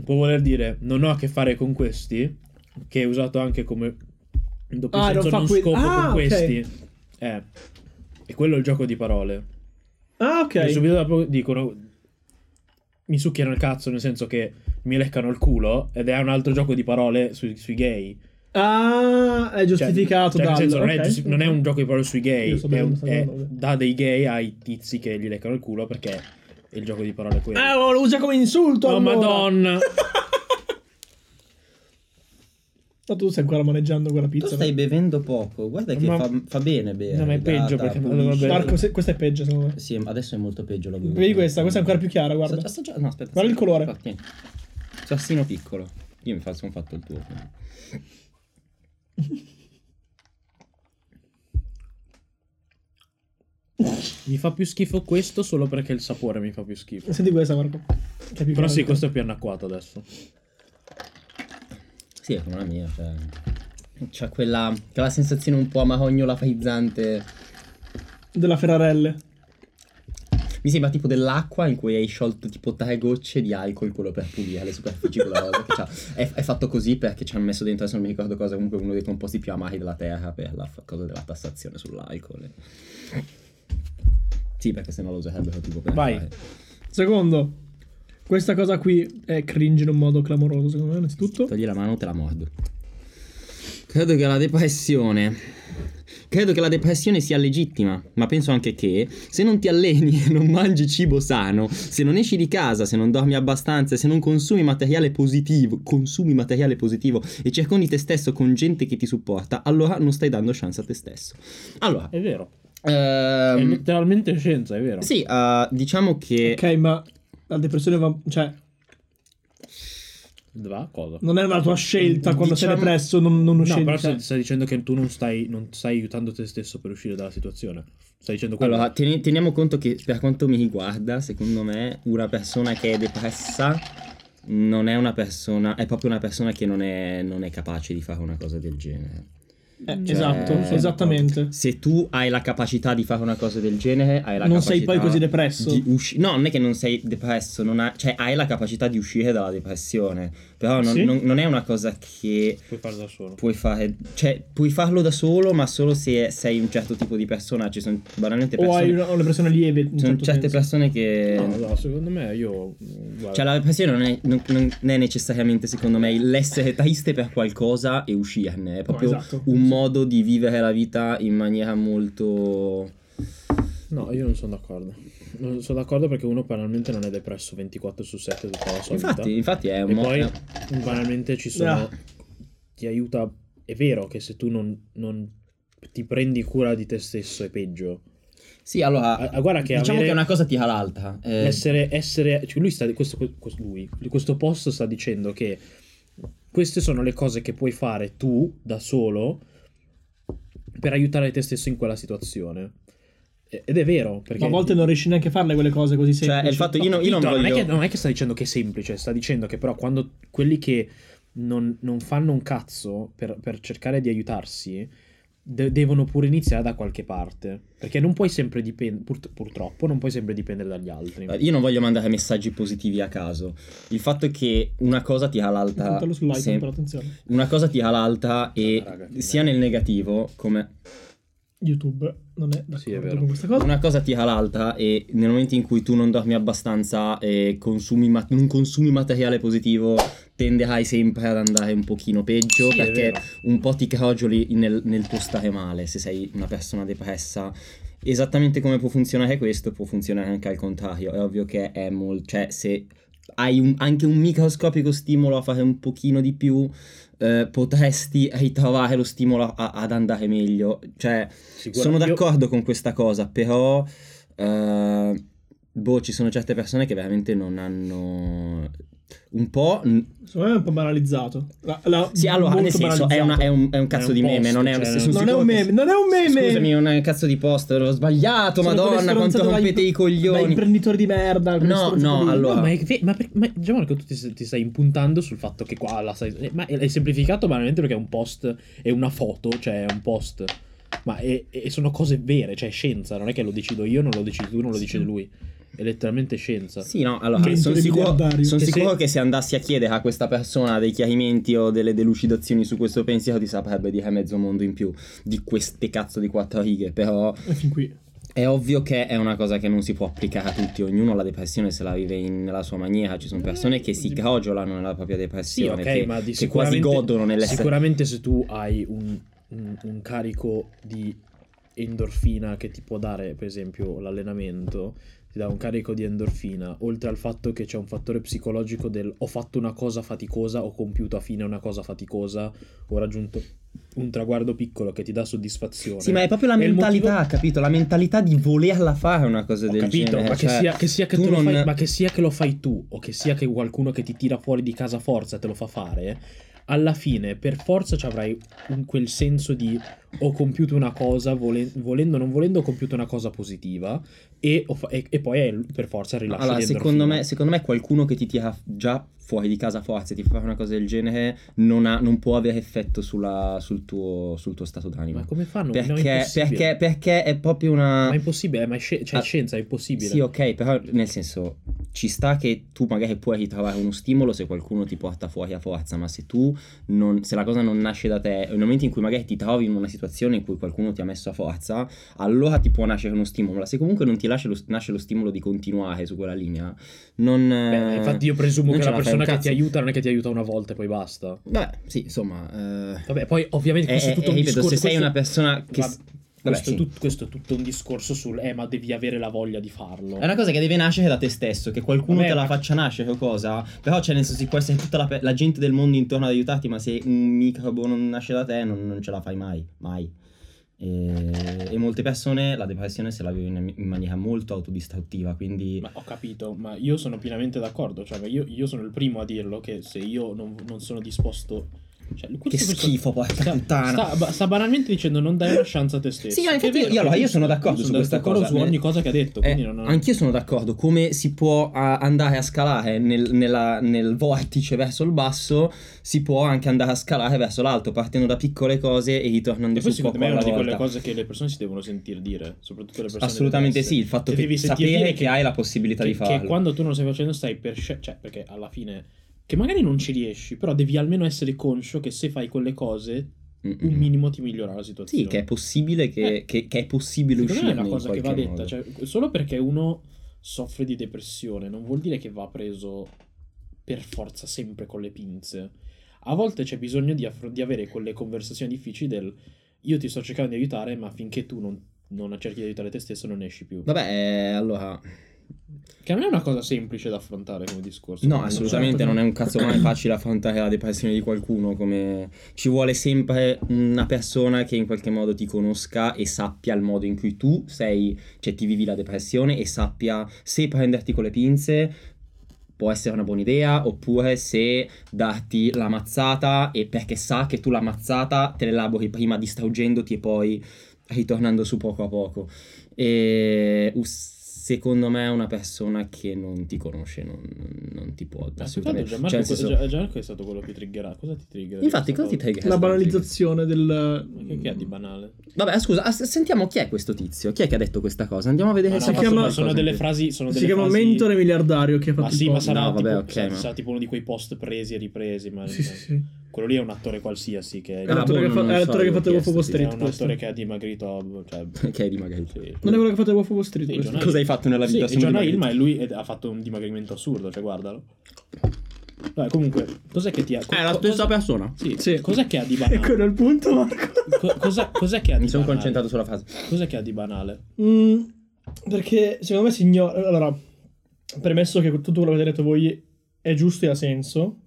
Può voler dire non ho a che fare con questi, che è usato anche come in doppio
Ah,
senso
non fa
non
que-
scopo
Ah,
con
ok.
questi. Eh. E quello è il gioco di parole.
Ah,
E
ok.
subito dopo dicono. Mi succhiano il cazzo, nel senso che mi leccano il culo. Ed è un altro gioco di parole sui, sui gay.
Ah, è
Cioè,
giustificato
cioè, nel
dallo-
senso, non,
ok.
è giusti- non è un gioco di parole sui gay.
Io sto
È un-
bevendo, sto
è
bevendo.
da dei gay ai tizi che gli leccano il culo perché è il gioco di parole quello.
Ah, lo usa come insulto.
oh,
allora.
madonna!
Ma tu stai ancora maneggiando quella
Tu
pizza.
stai bevendo poco, guarda che
Ma-
fa, fa bene bere.
No, ma è
idrata,
peggio perché-
pulisce.
vabbè.
Marco, se- questa è peggio, secondo me.
Sì, adesso è molto peggio la bevuta.
Vedi questa, questa è ancora più chiara, guarda.
Assaggia- assaggia- no, aspetta.
Guarda il colore.
Infatti, Sassino piccolo. Io mi fa- sono fatto il tuo.
mi fa più schifo questo solo perché il sapore mi fa più schifo.
Senti questa, Marco. Che è più
Però sì,
chiara.
questo è più anacquato adesso.
Sì, è come la mia, cioè... C'ha quella, quella sensazione un po' amarognola frizzante.
Della Ferrarelle.
Mi sembra tipo dell'acqua in cui hai sciolto tipo tre gocce di alcol quello per pulire le superfici quella cosa che c'ha. È, è fatto così perché ci hanno messo dentro, adesso non mi ricordo cosa, comunque uno dei composti più amari della terra per la f- cosa della tassazione sull'alcol. Sì, perché sennò lo userebbero tipo per
Vai.
fare-
Secondo, questa cosa qui è cringe in un modo clamoroso, secondo me, innanzitutto.
Togli la mano, te la mordo. Credo che la depressione. Credo che la depressione sia legittima, ma penso anche che se non ti alleni e non mangi cibo sano, se non esci di casa, se non dormi abbastanza, se non consumi materiale positivo, consumi materiale positivo e circondi te stesso con gente che ti supporta, allora non stai dando chance a te stesso. Allora,
È vero. È
ehm,
letteralmente scienza, è vero.
sì, eh, diciamo che
Ok, ma la depressione va... Cioè,
Va, cosa?
non è una tua scelta quando sei
Diciamo-
depresso, non, cioè, non
No,
uscire.
però stai, stai dicendo che tu non stai, non stai aiutando te stesso per uscire dalla situazione. Stai dicendo quello.
Allora, teni- teniamo conto che per quanto mi riguarda, secondo me, una persona che è depressa non è una persona, è proprio una persona che non è, non è capace di fare una cosa del genere.
Eh, esatto,
Cioè-
esattamente.
Se tu hai la capacità di fare una cosa del genere, hai la
Non
capacità
sei poi così depresso.
di usci- no, non è che non sei depresso, non ha- cioè hai la capacità di uscire dalla depressione, però non-
Sì?
non- non è una cosa che
Puoi fare da solo.
puoi fare, cioè puoi farlo da solo, ma solo se sei un certo tipo di persona, ci sono banalmente
O hai
persone
una, una persone lieve. in
Ci sono
certo
Cioè, certe
senso.
persone che.
No, no, secondo me io. mm, guarda,
Cioè, la depressione non è, non- non è necessariamente, secondo me, l'essere triste per qualcosa e uscirne. È proprio
esatto.
un modo di vivere la vita in maniera molto.
No, io non sono d'accordo. Non sono d'accordo perché uno banalmente non è depresso 24 su 7 tutta la sua
Infatti,
vita.
infatti è un
E
mo- eh.
poi
è-
banalmente ci sono.
Ah.
Ti aiuta. È vero che se tu non, non ti prendi cura di te stesso è peggio.
Sì, allora.
Ah, ah, guarda che
diciamo
avere-
che una cosa tira l'altra. eh,
Essere, essere cioè, lui sta, questo, questo- lui, questo post sta dicendo che queste sono le cose che puoi fare tu da solo per aiutare te stesso in quella situazione. E- Ed è vero, perché
Ma a volte non riesci neanche a farle quelle cose così semplici.
cioè, è il fatto io, non- io non
Vito,
voglio.
è che, non è che sta dicendo che è semplice, sta dicendo che però quando quelli che non, non fanno un cazzo per, per cercare di aiutarsi
de- devono pure iniziare da qualche parte. Perché non puoi sempre dipendere, purtroppo, non puoi sempre dipendere dagli altri.
Eh, Io non voglio mandare messaggi positivi a caso. Il fatto è che una cosa ti ha l'alta.
Contarlo sull'iPhone,
sem-
però attenzione.
una cosa ti ha l'alta e
Ah, raga, che
sia nel negativo come
YouTube non è d'accordo
Sì, è vero.
con questa cosa.
una cosa ti ha l'alta e nel momento in cui tu non dormi abbastanza e consumi ma- non consumi materiale positivo tenderai sempre ad andare un pochino peggio
Sì, è
perché
vero.
un po' ti crogioli nel, nel tuo stare male se sei una persona depressa esattamente come può funzionare questo può funzionare anche al contrario è ovvio che è molto cioè se hai un- anche un microscopico stimolo a fare un pochino di più eh, potresti ritrovare lo stimolo a- ad andare meglio cioè
Sicura-
sono
io-
d'accordo con questa cosa, però. eh, boh, ci sono certe persone che veramente non hanno. Un po'. n-
Secondo me è un po' banalizzato. La- la-
Sì, allora,
molto
nel senso, è,
banalizzato.
una- è un, è un cazzo
un
di
post,
meme, non è un,
cioè,
se sono
Non è
sicuro
un
che-
meme, non è un meme!
Scusami, non è un cazzo di post, l'ho sbagliato,
Sono quelle
madonna, quanto
stronzate da
rompete
imp-
i
Da
coglioni.
imprenditori di merda. quelle
No,
stronzate
no,
lì.
allora-
No, Oh, ma, è, ma, per- ma Gianmarco, tu ti, stai- ti stai impuntando sul fatto che qua la stai- eh, Ma è, è semplificato banalmente perché è un post, è una foto, cioè è un post. Ma è- è- sono cose vere, cioè è scienza, non è che lo decido io, non lo decidi tu, non lo decide lui. È letteralmente scienza.
Sì, no, allora,
Mentore
sono sicuro,
miliardario.
son
Che se-
sicuro che se andassi a chiedere a questa persona dei chiarimenti o delle delucidazioni su questo pensiero ti saprebbe dire mezzo mondo in più di queste cazzo di quattro righe, però...
E Eh, fin qui.
È ovvio che è una cosa che non si può applicare a tutti, ognuno la depressione se la vive in- nella sua maniera, ci sono persone che si crogiolano nella propria
Sì,
depressione,
ok,
che,
ma di
che quasi
sicuramente-
godono nell'essere...
Sicuramente se tu hai un, un- un carico di endorfina che ti può dare, per esempio, l'allenamento, ti dà un carico di endorfina, oltre al fatto che c'è un fattore psicologico del ho fatto una cosa faticosa, ho compiuto a fine una cosa faticosa, ho raggiunto un traguardo piccolo che ti dà soddisfazione.
Sì, ma è proprio la
E il
mentalità,
motivo-
capito? La mentalità di volerla fare una cosa
Ho
del
capito,
genere.
ma, che
cioè,
sia, che sia che
tu
te lo
non-
fai, ma che sia che lo fai tu o che sia che qualcuno che ti tira fuori di casa a forza te lo fa fare, alla fine per forza ci avrai un- quel senso di ho compiuto una cosa, volen- volendo o non volendo ho compiuto una cosa positiva e, ho fa- e- e poi è il- per forza il rilascio
Allora,
di
secondo
endorfine.
me, secondo me qualcuno che ti tira già fuori di casa a forza e ti fa fare una cosa del genere non, ha- non può avere effetto sulla- sul, tuo, sul tuo stato d'animo.
Ma come fanno? No, è
perché,
impossibile.
perché, perché è proprio una...
Ma è impossibile, ma è sci- cioè,
Ah,
scienza, è impossibile.
Sì, ok, però nel senso ci sta che tu magari puoi ritrovare uno stimolo se qualcuno ti porta fuori a forza, ma se tu non, se la cosa non nasce da te, nel momento in cui magari ti trovi in una situazione in cui qualcuno ti ha messo a forza, allora ti può nascere uno stimolo, ma se comunque non ti nasce lo, nasce lo stimolo di continuare su quella linea, non...
Beh,
eh,
infatti io presumo
non
che
ce
la
fai un
persona che
cazzo.
ti aiuta non è che ti aiuta una volta e poi basta.
Beh, sì, insomma... eh,
Vabbè, poi ovviamente
eh,
questo è
eh,
tutto un
ripeto,
discorso,
se sei
questo-
una persona che...
Va-
s- vabbè,
questo,
sì.
è tut- questo è tutto un discorso sul eh, ma devi avere la voglia di farlo.
È una cosa che deve nascere da te stesso, che qualcuno
Vabbè,
te la
ma-
faccia nascere o cosa. Però, cioè, nel senso, si può essere tutta la, pe- la gente del mondo intorno ad aiutarti, ma se un microbo non nasce da te, non, non ce la fai mai, mai. E, e molte persone la depressione se la vivono in, in maniera molto autodistruttiva, quindi...
Ma ho capito, ma io sono pienamente d'accordo. Cioè, ma io, io sono il primo a dirlo che se io non, non sono disposto. Cioè, questo
che
questo-
schifo, porca
Sta,
puttana!
sta- ba- sta banalmente dicendo non dai una chance a te
Sì,
stesso.
no,
Che è
infatti
vero, cioè,
io- allora, io sono
io
d'accordo su questa
d'accordo
cosa.
su ogni
Nel-
cosa che ha detto.
Eh,
quindi non- non-
Anch'io sono d'accordo, come si può a- andare a scalare nel, nella- nel vortice verso il basso, si può anche andare a scalare verso l'alto, partendo da piccole cose e ritornando
E poi
su poco
secondo me è una
alla
di quelle
volta.
cose che le persone si devono sentire dire, soprattutto le persone
Assolutamente
diverse.
sì, il fatto
Ti
che
devi sentire
sapere
dire
che, hai la possibilità di
che,
farlo.
che quando tu non lo stai facendo stai per sce- cioè perché alla fine che magari non ci riesci, però devi almeno essere conscio che se fai quelle cose
Mm-mm.
un minimo ti migliora la situazione.
Mm, Sì, che è possibile che,
Eh.
che- che è possibile
Secondo me
uscire
è una cosa che va detta, cioè, solo perché uno soffre di depressione non vuol dire che va preso per forza sempre con le pinze. A volte c'è bisogno di, affro- di avere quelle conversazioni difficili del io ti sto cercando di aiutare, ma finché tu non, non cerchi di aiutare te stesso non ne esci più.
Vabbè, eh, allora...
Che non è una cosa semplice da affrontare come discorso.
No,
quindi-
assolutamente non è un cazzo mai facile affrontare la depressione di qualcuno, come ci vuole sempre una persona che in qualche modo ti conosca e sappia il modo in cui tu sei, cioè ti vivi la depressione e sappia se prenderti con le pinze può essere una buona idea oppure se darti la mazzata e perché sa che tu la mazzata te l'elabori prima distruggendoti e poi ritornando su poco a poco. E us-
secondo me una persona che non ti conosce non, non ti può assolutamente...
Assolutamente. Gianmarco,
Cioè, nel senso-
Gia- Gianmarco è stato quello che triggerato. Cosa ti triggera?
infatti,
Questa
cosa ti
cosa?
pega?
La banalizzazione del...
Ma Che, che ha di banale?
Vabbè, scusa, as- sentiamo chi è questo tizio, chi è che ha detto questa cosa. Andiamo a
Eh,
vedere
Ma
se
no,
ha
ma
fatto
sono,
qualcosa
sono
in
delle
più.
frasi. Sono
Si
delle
chiama
frasi...
mentore miliardario che ha fatto
Ma
il
sì, ma
podcast.
sarà,
No, vabbè,
tipo,
ok,
sa-
ma-
sarà tipo uno di quei post presi e ripresi. Ma cioè,
Sì, sì, sì.
quello lì è un attore qualsiasi che è,
È l'attore
boh,
che fa-
non lo
è l'attore
so,
che ha fatto
io
il
ho chiesto,
Wolf of Wall
sì.
è
Street.
un
questo.
attore che ha dimagrito. Cioè,
Ok, dimagrito.
sì.
Non è quello che ha fatto il Wolf of Wall Street.
Sì,
questo.
Jonah-
Cosa hai fatto nella
Sì,
vita?
e
Sono
Jonah Hill,
dimagrito.
ma è lui ed- ha fatto un dimagrimento assurdo, cioè guardalo. Vabbè, comunque, cos'è che ti ha...
Eh,
co-
Eh, È la
co-
stessa
cosa-
persona.
Sì,
Sì.
cos'è che ha di
E
banale?
quello è il punto, Marco.
Co- cosa, cos'è che ha di
Mi sono
banale?
concentrato sulla frase.
Cos'è che ha di banale?
Mm, perché secondo me si ignora. Allora, premesso che tutto quello che avete detto voi è giusto e ha senso,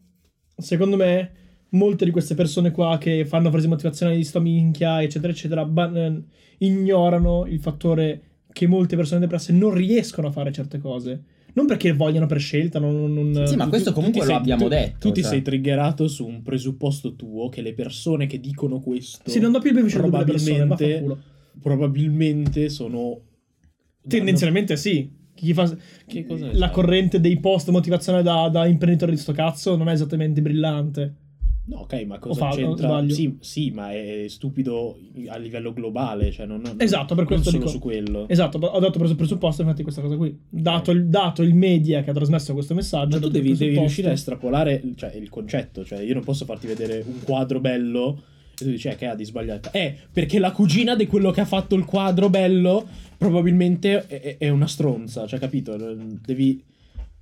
secondo me molte di queste persone qua che fanno frasi motivazionali di sta minchia, eccetera, eccetera, ban- eh, ignorano il fattore che molte persone depresse non riescono a fare certe cose. Non perché vogliono per scelta, non. non- non-
Sì, ma
Tu-
questo
tu-
comunque
tu ti
lo
sei-
abbiamo
tu-
detto,
Tu ti
cioè.
sei triggerato su un presupposto tuo che le persone che dicono questo
Sì, non do più il beneficio del dubbio alle persone, ma
Probabilmente-
culo.
probabilmente sono...
Tendenzialmente sì. Chi fa,
Che cosa ne
la
sai?
corrente dei post motivazionali da, da imprenditore di sto cazzo non è esattamente brillante.
No, ok, ma
O
cosa
fallo,
c'entra?
sbaglio.
Sì, sì, ma è stupido a livello globale, cioè non... non-
Esatto, per
non
questo
solo
dico-
su quello.
Esatto, ho dato preso presupposto infatti questa cosa qui. Dato, il, dato il media che ha trasmesso questo messaggio,
Ma Cioè, tu
dato il
devi, devi
presupposto-
riuscire a estrapolare cioè, il concetto. Cioè, io non posso farti vedere un quadro bello e tu dici eh, che ha di sbagliato. Eh, perché la cugina di quello che ha fatto il quadro bello probabilmente è, è- è una stronza, cioè, capito? Devi,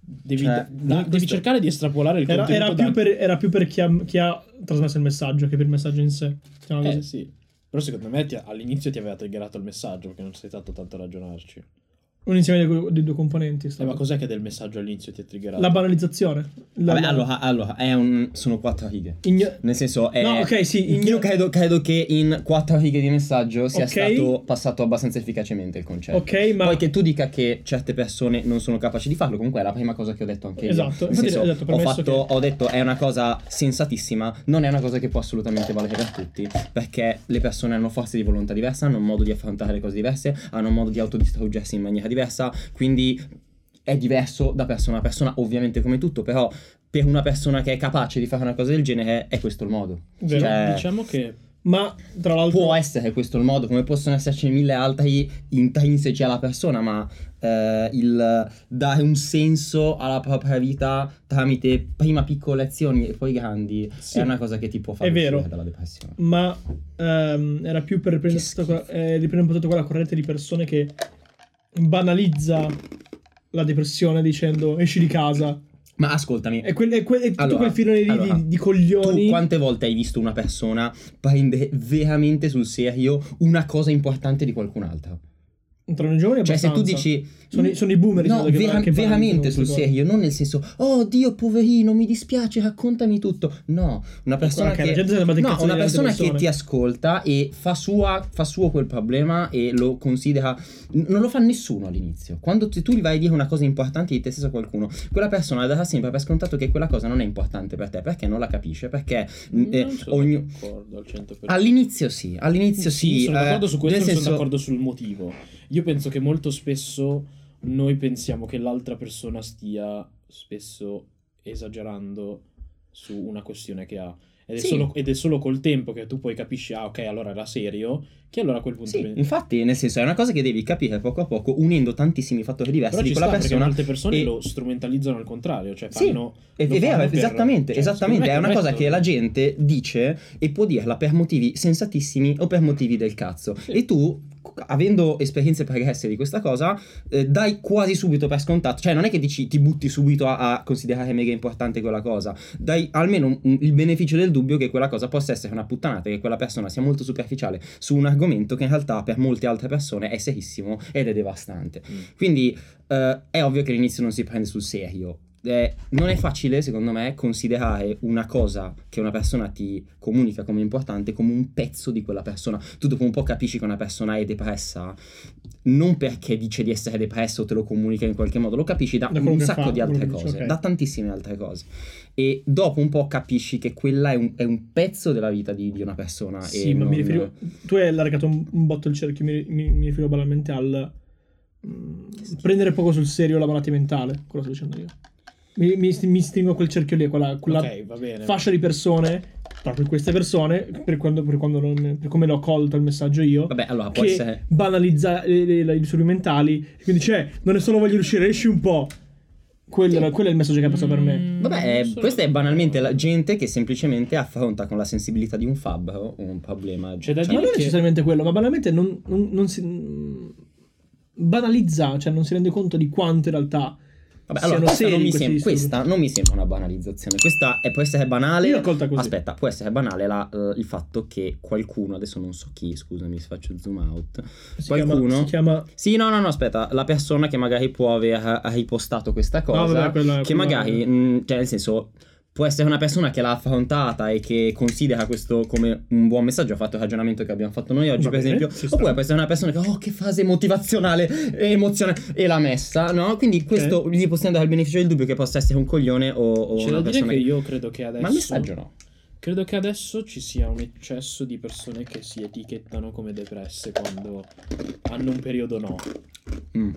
devi,
Cioè,
da- devi
questo-
cercare di estrapolare il Eh,
Era,
concetto.
era più per, era più per chi, ha, chi ha trasmesso il messaggio che per il messaggio in sé. Diciamo così.
Eh, sì. Però secondo me ti- all'inizio ti aveva triggerato il messaggio perché non sei stato tanto a ragionarci.
Un insieme dei, due- dei due componenti. sta
Eh, ma
cosa.
cos'è che del messaggio all'inizio ti ha triggerato?
la banalizzazione. La-
Vabbè, allora, allora, è un... sono quattro righe.
igno-
Nel senso, è...
No, ok, sì, igno-
Io credo, credo che in quattro righe di messaggio sia
Ok.
stato passato abbastanza efficacemente il concetto.
ok, ma
Poi che tu dica che certe persone non sono capaci di farlo, comunque è la prima cosa che ho detto anche io.
Esatto,
Nel
infatti
senso,
ho detto,
ho,
premesso
fatto- ho detto è una cosa sensatissima, non è una cosa che può assolutamente valere per tutti, perché le persone hanno forze di volontà diverse, hanno un modo di affrontare le cose diverse, hanno un modo di autodistruggersi in maniera diversa, quindi è diverso da persona a persona, ovviamente come tutto, però per una persona che è capace di fare una cosa del genere è questo il modo.
Vero.
Cioè,
Diciamo che
ma tra l'altro.
può essere questo il modo, come possono esserci mille altri intrinseci alla persona, ma eh, il dare un senso alla propria vita tramite prima piccole azioni e poi grandi
Sì.
è una cosa che ti può far
È vero.
uscire dalla depressione.
ma ehm, era più per riprendere,
Che
tutta quella- eh, riprendere un po' tutta quella corrente di persone che banalizza la depressione dicendo esci di casa
Ma ascoltami,
e, quel, e, quel- e tutto
Allora,
quel filone lì di-
allora,
di, coglioni
Tu quante volte hai visto una persona prendere veramente sul serio una cosa importante di qualcun altro?
tra i giovani
Cioè, se tu
abbastanza.
dici.
Sono i- sono i boomer,
No,
credo, che
vera-
va- che vanno
veramente
in
sul
queste
serio, non nel senso, oh Dio, poverino, mi dispiace, raccontami tutto. No, una persona
Guarda che la
che.
gente se ne batte il
No,
cazzo
una
delle altre
persona che
persone.
ti ascolta e fa, sua, fa suo quel problema e lo considera. n- Non lo fa nessuno all'inizio. Quando ti- tu gli vai a dire una cosa importante di te stesso a qualcuno, quella persona darà sempre per scontato che quella cosa non è importante per te perché non la capisce. Perché mm, eh,
non sono
ogni-
d'accordo al 100%.
All'inizio sì, all'inizio sì.
sono
eh,
d'accordo su
nel
questo, non
senso-
sono d'accordo sul motivo. Io penso che molto spesso noi pensiamo che l'altra persona stia spesso esagerando su una questione che ha. Ed è,
Sì.
solo, ed è solo col tempo che tu poi capisci, ah ok, allora era serio, che allora a quel punto...
Sì,
pensi-
infatti, nel senso, è una cosa che devi capire poco a poco, unendo tantissimi fattori diversi
Però
di
ci sta
quella
perché
persona.
molte persone
e-
lo strumentalizzano al contrario, cioè
Sì,
fanno...
È,
lo
è vero,
fanno per-
esattamente,
cioè,
esattamente. È
secondo me
una
corretto.
cosa che la gente dice e può dirla per motivi sensatissimi o per motivi del cazzo. E tu, c- avendo esperienze pregresse di questa cosa, eh, dai quasi subito per scontato. Cioè, non è che dici ti butti subito a, a considerare mega importante quella cosa. Dai almeno un- un- il beneficio del dubbio che quella cosa possa essere una puttanata, che quella persona sia molto superficiale su un argomento che in realtà per molte altre persone è serissimo ed è devastante. Quindi eh, è ovvio che all'inizio non si prende sul serio. Eh, non è facile, secondo me, considerare una cosa che una persona ti comunica come importante come un pezzo di quella persona. Tu dopo un po' capisci che una persona è depressa, non perché dice di essere depressa o te lo comunica in qualche modo, lo capisci da,
Da quello
un
che
sacco
fa,
di
quello
altre
che dice,
cose,
ok.
da tantissime altre cose. E dopo un po' capisci che quella è un, è un pezzo della vita di, di una persona.
sì
e
ma mi
"Ah, eh, non-
riferivo tu hai allargato un, un botto il cerchio mi, mi- mi riferivo banalmente al mm, prendere poco sul serio la malattia mentale, quello sto dicendo io. Mi, mi, sti- mi stringo a quel cerchio lì, a quella, quella
Ok, va bene.
fascia di persone, proprio queste persone, per, quando, per, quando non- per come l'ho colto il messaggio io,
Vabbè, allora può
che
essere.
banalizza le- le- le- i disturbi mentali, e quindi c'è, non ne solo voglio riuscire, esci un po'. Quello,
Sì.
quello è il messaggio che ha preso per
Mm,
me.
Vabbè, eh, questa è banalmente la gente che semplicemente affronta con la sensibilità di un fabbro un problema.
C'è da
Cioè,
Ma non
dire
è
che
necessariamente quello, ma banalmente non, non- non si... mm, banalizza, cioè non si rende conto di quanto in realtà...
Vabbè,
siano
allora, questa
seri
non, mi
questi
sem-
disturbi.
questa non mi sembra una banalizzazione. Questa è- può essere banale.
Io l'ho colta così.
Aspetta, può essere banale la- eh, il fatto che qualcuno, adesso non so chi, scusami, se faccio zoom out.
Si
qualcuno-
Chiama, si chiama...
Sì, no, no, no, aspetta, la persona che magari può aver eh, ripostato questa cosa,
vabbè, quello
che
è- quello è-
Ehm.
magari, mh, cioè nel senso, può essere una persona che l'ha affrontata e che considera questo come un buon messaggio, ha fatto il ragionamento che abbiamo fatto noi oggi,
Va
per
bene,
esempio,
ci sta.
oppure può essere una persona che, oh, che fase motivazionale e emozione, e l'ha messa, no? Quindi questo gli possiamo dare il beneficio del dubbio che possa essere un coglione o, o
c'è
una
da dire
persona
che io credo che adesso
Ma il messaggio no.
Credo che adesso ci sia un eccesso di persone che si etichettano come depresse quando hanno un periodo no.
Mm.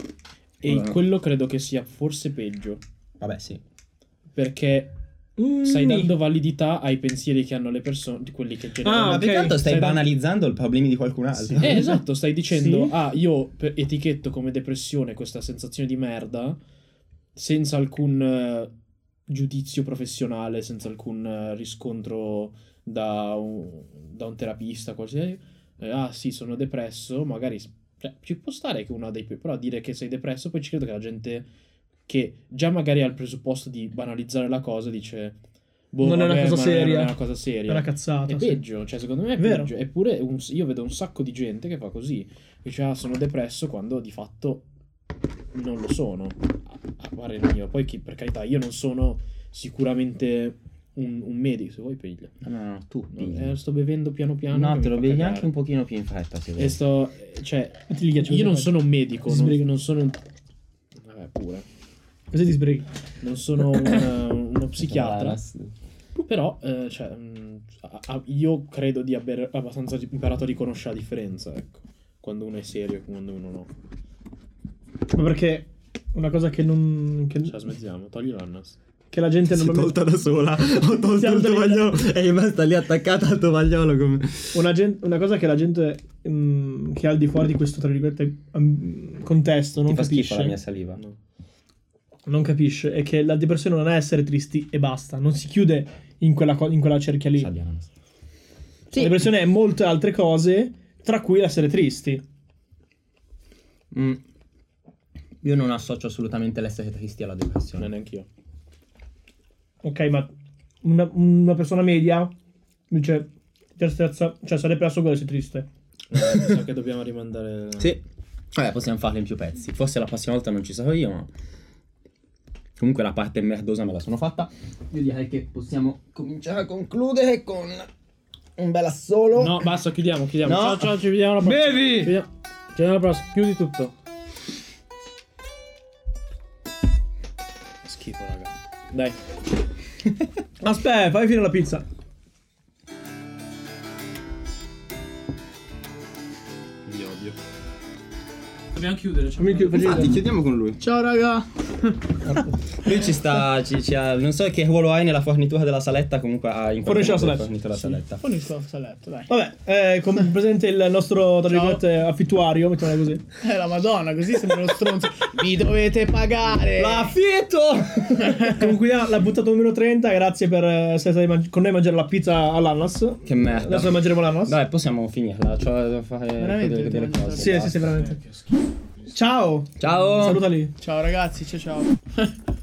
E
Vabbè.
quello credo che sia forse peggio.
Vabbè, sì.
Perché
Mm,
Mm.
stai dando validità ai pensieri che hanno le persone, di quelli che generano.
Ah,
Ma più che
ok,
altro stai
stai-
banalizzando i problemi di qualcun altro.
Eh, esatto, stai dicendo,
Sì.
ah, io per- etichetto come depressione questa sensazione di merda, senza alcun eh, giudizio professionale, senza alcun eh, riscontro da un, da un terapista, qualsiasi. Eh, ah, sì, sono depresso, magari... s- Cioè, ci può stare che uno ha dei... pe- Però dire che sei depresso, poi ci credo che la gente che già magari ha il presupposto di banalizzare la cosa dice... Boh,
Non è una
vabbè,
cosa
ma
seria."
Non è una cosa seria.
È una cazzata.
È
sì.
peggio, cioè secondo me è
Vero.
peggio. Eppure un- io vedo un sacco di gente che fa così. Dice, ah, sono depresso quando di fatto non lo sono. A, a parere mio. Poi chi, per carità, io non sono sicuramente un, un medico, se vuoi piglio.
No, no, no, tu.
Eh, sto bevendo piano piano. che
No,
mi
te lo
fa
bevi
cagare.
anche un pochino più in fretta, se
E
vuoi.
sto, eh, cioè,
Infatti gli ghiaccio
io non
così
sono un medico,
Si
non,
sbrigano.
non sono un... Vabbè, pure.
faccio. Così ti sbrighi.
Non sono un, eh, uno psichiatra.
Psichiatra.
Però eh, cioè, mh, a- a- io credo di aver abbastanza ri- imparato a riconoscere la differenza, ecco, quando uno è serio e quando uno no.
Ma perché una cosa che non... Che,
Ce
Certo.
la smettiamo, Cioè, togli l'annas.
che la gente non...
da sola, ho tolto
Siamo tornati-
è rimasta lì attaccata al tovagliolo come...
Una, gen- una cosa che la gente mm, che è al di fuori di questo, tra virgolette, am- contesto non
Ti fa schifo la mia
capisce,
saliva.
non capisce è che la depressione non è essere tristi e basta, non si chiude in quella, co- in quella cerchia lì.
Sa di ananas.
La depressione è molte altre cose, tra cui l'essere tristi.
Mm. Io non associo assolutamente l'essere tristi alla depressione.
Non neanche io.
Ok, ma una, una persona media dice tristezza, cioè sarei presso quello sei triste.
Eh, so che dobbiamo rimandare...
Sì. Vabbè, possiamo farle in più pezzi. Forse la prossima volta non ci sarò io, ma... Comunque la parte merdosa me la sono fatta. Io direi che possiamo cominciare a concludere con un bel assolo.
No, basta, chiudiamo, chiudiamo.
No.
Ciao, ciao, ci vediamo alla prossima.
Bevi!
Ci vediamo, ci vediamo alla prossima. Chiudi tutto. Schifo, raga. Dai.
Aspetta, fai fino alla pizza.
Vi odio. Dobbiamo chiudere.
Fammi chi- facci-
Infatti, chiudiamo con lui.
Ciao raga.
Lui ci sta, ci, ci ha- non so che ruolo hai nella fornitura della saletta, comunque ha in qualche
Fornisce la
modo
saletta.
fornito la saletta.
Fornisco il saletto, dai.
Vabbè, eh, com- presente il nostro tra virgolette, affittuario, mettiamola così.
Eh, la madonna, così sembra uno stronzo. Mi dovete pagare!
L'affitto!
Comunque ah, l'ha buttato numero 30, grazie per eh, essere stati man- con noi a mangiare la pizza all'ananas.
Che merda.
Adesso mangeremo l'ananas.
Dai, possiamo finirla. Cioè, devo fare
Veramente?
delle- delle cose.
Sì, sì, sì, veramente. Ciao.
Ciao!
Salutali.
Ciao ragazzi, ciao ciao.